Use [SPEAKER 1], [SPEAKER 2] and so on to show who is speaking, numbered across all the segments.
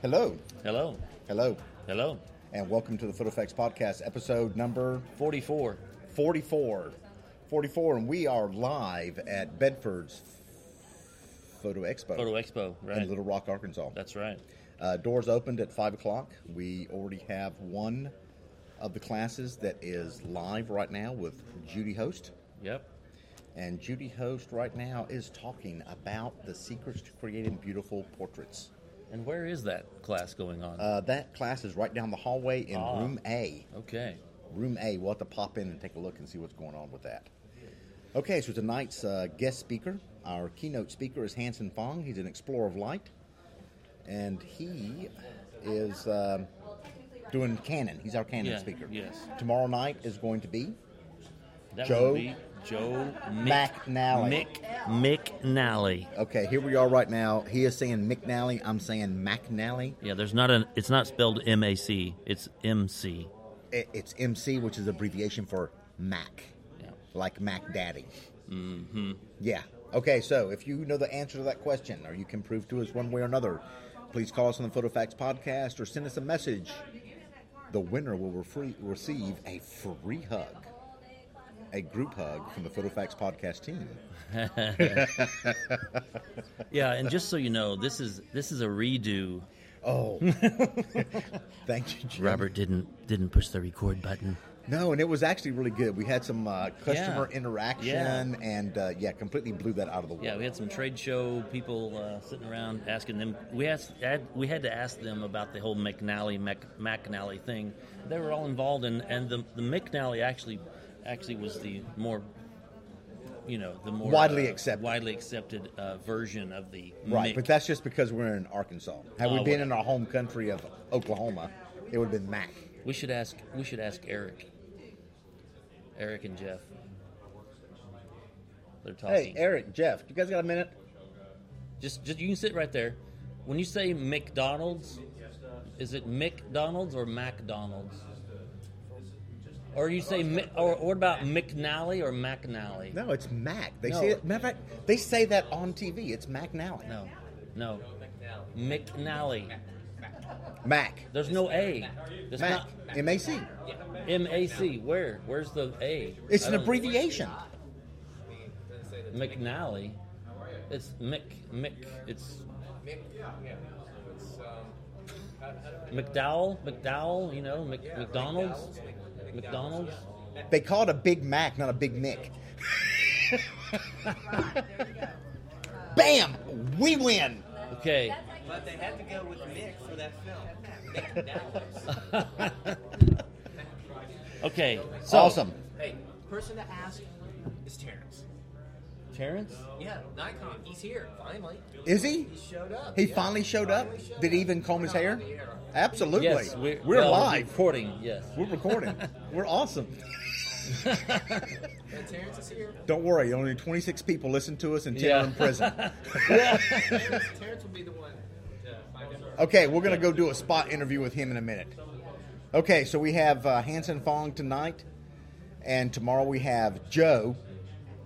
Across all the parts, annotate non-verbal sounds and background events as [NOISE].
[SPEAKER 1] Hello.
[SPEAKER 2] Hello.
[SPEAKER 1] Hello.
[SPEAKER 2] Hello.
[SPEAKER 1] And welcome to the Foot Effects Podcast, episode number
[SPEAKER 2] 44.
[SPEAKER 1] 44. 44, and we are live at Bedford's Photo Expo
[SPEAKER 2] Photo Expo, right?
[SPEAKER 1] in Little Rock, Arkansas.
[SPEAKER 2] That's right.
[SPEAKER 1] Uh, doors opened at 5 o'clock. We already have one of the classes that is live right now with Judy Host.
[SPEAKER 2] Yep.
[SPEAKER 1] And Judy Host right now is talking about the secrets to creating beautiful portraits.
[SPEAKER 2] And where is that class going on?
[SPEAKER 1] Uh, that class is right down the hallway in
[SPEAKER 2] Ah.
[SPEAKER 1] room A.
[SPEAKER 2] okay.
[SPEAKER 1] Room A. We'll have to pop in and take a look and see what's going on with that. Okay, so tonight's uh, guest speaker, our keynote speaker, is Hanson Fong. He's an explorer of light, and he is um doing canon. He's our canon
[SPEAKER 2] Yeah,
[SPEAKER 1] speaker.
[SPEAKER 2] yes.
[SPEAKER 1] Tomorrow night is going to be
[SPEAKER 2] That
[SPEAKER 1] Joe
[SPEAKER 2] would be Joe
[SPEAKER 1] McNally.
[SPEAKER 2] Mick McNally.
[SPEAKER 1] Okay, here we are right now. He is saying McNally. I'm saying McNally.
[SPEAKER 2] Yeah, there's not an. It's not spelled M A C. It's M C.
[SPEAKER 1] I- It's MC, which is abbreviation for Mac,
[SPEAKER 2] Yeah.
[SPEAKER 1] like Mac Daddy. Mm-hmm. Yeah. Okay, so if you know the answer to that question, or you can prove to us one way or another, please call us on the Photo Facts podcast or send us a message. The winner will refre- receive a free hug, a group hug from the Photo Facts podcast team.
[SPEAKER 2] Yeah, and just so you know, this is this is a redo.
[SPEAKER 1] Oh, [LAUGHS] thank you, Jim.
[SPEAKER 2] Robert didn't didn't push the record button.
[SPEAKER 1] No, and it was actually really good. We had some uh, customer
[SPEAKER 2] Yeah.
[SPEAKER 1] interaction,
[SPEAKER 2] Yeah.
[SPEAKER 1] and uh, yeah, completely blew that out of the water.
[SPEAKER 2] Yeah, we had some trade show people uh, sitting around asking them. We asked, had, we had to ask them about the whole McNally Mac, McNally thing. They were all involved, in, and the the McNally actually actually was the more you know the more
[SPEAKER 1] Widely
[SPEAKER 2] uh,
[SPEAKER 1] accepted.
[SPEAKER 2] widely accepted uh, version of the
[SPEAKER 1] Right,
[SPEAKER 2] Mc.
[SPEAKER 1] but that's just because we're in Arkansas. Had we
[SPEAKER 2] Oh,
[SPEAKER 1] been
[SPEAKER 2] well.
[SPEAKER 1] in our home country of Oklahoma, it would have been Mac.
[SPEAKER 2] we should ask we should ask Eric, Eric and Jeff.
[SPEAKER 1] Hey,
[SPEAKER 2] They're talking.
[SPEAKER 1] Eric, Jeff, you guys got a minute?
[SPEAKER 2] Just, just you can sit right there. When you say McDonald's, is it McDonald's or McDonald's? Or you say, Mi- or what about McNally or McNally?
[SPEAKER 1] No, it's Mac. They
[SPEAKER 2] No.
[SPEAKER 1] say it. Matter of fact, they say that on TV. It's Mac now.
[SPEAKER 2] no, no, McNally.
[SPEAKER 1] Mac.
[SPEAKER 2] There's no A. There's
[SPEAKER 1] Mac. M A C.
[SPEAKER 2] not M A C. Where? Where's the A?
[SPEAKER 1] It's
[SPEAKER 2] I
[SPEAKER 1] an
[SPEAKER 2] don't-
[SPEAKER 1] abbreviation.
[SPEAKER 2] McNally. It's Mick. Mick. It's McDowell. McDowell. You know, Mc, McDonald's. McDonald's.
[SPEAKER 1] They call it a Big Mac, not a Big Mick. [LAUGHS] Bam! We [LAUGHS] win.
[SPEAKER 2] Okay. [LAUGHS]
[SPEAKER 3] But they had to go with Nick for that film. Nick Dallas.
[SPEAKER 2] Okay. So,
[SPEAKER 1] awesome.
[SPEAKER 3] hey, person to ask is Terrence.
[SPEAKER 2] Terrence?
[SPEAKER 3] Yeah, Nikon. He's here finally.
[SPEAKER 1] Is he?
[SPEAKER 3] He showed up.
[SPEAKER 1] He
[SPEAKER 3] Yeah.
[SPEAKER 1] finally showed up.
[SPEAKER 3] Finally showed
[SPEAKER 1] Did he
[SPEAKER 3] up.
[SPEAKER 1] even comb his
[SPEAKER 3] We're
[SPEAKER 1] hair?
[SPEAKER 3] not on the air.
[SPEAKER 1] Absolutely.
[SPEAKER 2] Yes. We're,
[SPEAKER 1] we're
[SPEAKER 2] well,
[SPEAKER 1] live.
[SPEAKER 2] Recording, yes.
[SPEAKER 1] We're recording. [LAUGHS] We're awesome.
[SPEAKER 3] And Terrence is here.
[SPEAKER 1] Don't worry, only 26 people listen to us and 10 are
[SPEAKER 2] Yeah.
[SPEAKER 1] in prison.
[SPEAKER 2] [LAUGHS]
[SPEAKER 3] Terrence, Terrence will be the one. to find out.
[SPEAKER 1] Okay, we're going to go do a spot interview with him in a minute. Okay, so we have uh, Hanson Fong tonight, and tomorrow we have Joe,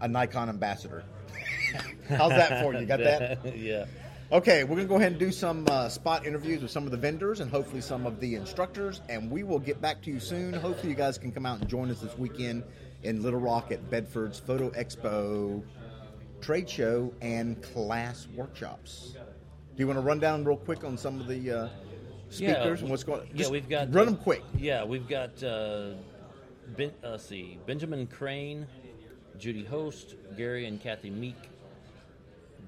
[SPEAKER 1] a Nikon ambassador. [LAUGHS] How's that for you? Got
[SPEAKER 2] [LAUGHS]
[SPEAKER 1] that?
[SPEAKER 2] yeah.
[SPEAKER 1] Okay, we're going to go ahead and do some uh, spot interviews with some of the vendors and hopefully some of the instructors, and we will get back to you soon. Hopefully, you guys can come out and join us this weekend in Little Rock at Bedford's Photo Expo trade show and class workshops. Do you want to run down real quick on some of the uh, speakers and what's going on?
[SPEAKER 2] Yeah, we've got.
[SPEAKER 1] Run them quick.
[SPEAKER 2] Yeah, we've got. Uh, ben, uh, let's see. Benjamin Crane, Judy Host, Gary and Kathy Meek,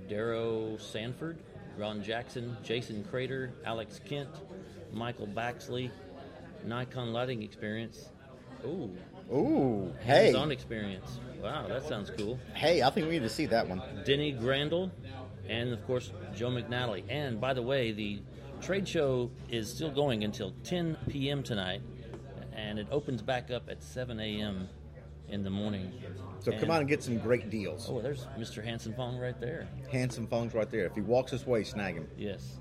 [SPEAKER 2] Darrow Sanford, Ron Jackson, Jason Crater, Alex Kent, Michael Baxley, Nikon Lighting Experience. Ooh,
[SPEAKER 1] Ooh, hey.
[SPEAKER 2] hands-on experience. Wow, that sounds cool.
[SPEAKER 1] Hey, I think we need to see that one.
[SPEAKER 2] Denny Grandel, and of course Joe McNally. And by the way, the trade show is still going until 10 p.m. tonight, and it opens back up at 7 a.m. in the morning.
[SPEAKER 1] So come on and get some great deals.
[SPEAKER 2] Oh, there's Mr. Hanson Fong right there.
[SPEAKER 1] Handsome Fong's right there. If he walks this way, snag him.
[SPEAKER 2] Yes.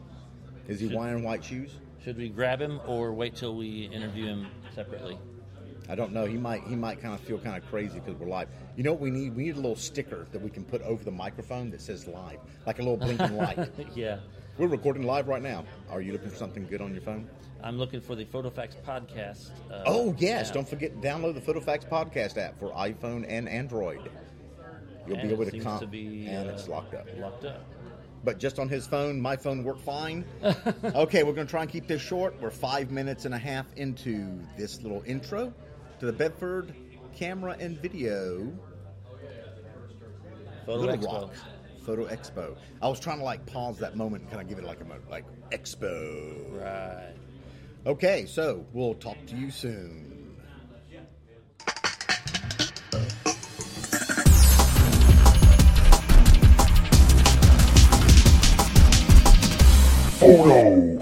[SPEAKER 1] Is he wearing white shoes?
[SPEAKER 2] Should we grab him or wait till we interview him separately? [LAUGHS]
[SPEAKER 1] I don't know. He might he might kind of feel kind of crazy because we're live. You know what we need? We need a little sticker that we can put over the microphone that says live, like a little
[SPEAKER 2] [LAUGHS]
[SPEAKER 1] blinking light.
[SPEAKER 2] yeah.
[SPEAKER 1] We're recording live right now. Are you looking for something good on your phone?
[SPEAKER 2] I'm looking for the PhotoFax podcast. Uh,
[SPEAKER 1] Oh yes!
[SPEAKER 2] app.
[SPEAKER 1] Don't forget to download the PhotoFax podcast app for iPhone and Android. You'll
[SPEAKER 2] And
[SPEAKER 1] be able
[SPEAKER 2] it
[SPEAKER 1] to
[SPEAKER 2] seems
[SPEAKER 1] comp,
[SPEAKER 2] to be,
[SPEAKER 1] and
[SPEAKER 2] uh,
[SPEAKER 1] it's locked up.
[SPEAKER 2] Locked up.
[SPEAKER 1] But just on his phone, my phone worked
[SPEAKER 2] [LAUGHS]
[SPEAKER 1] fine. okay, we're going to try and keep this short. We're five minutes and a half into this little intro to the Bedford Camera and Video
[SPEAKER 2] Photo
[SPEAKER 1] Little
[SPEAKER 2] Expo.
[SPEAKER 1] Rock Photo Expo. I was trying to like pause that moment and kind of give it like a mo- like expo.
[SPEAKER 2] Right.
[SPEAKER 1] Okay, so we'll talk to you soon.
[SPEAKER 4] Photo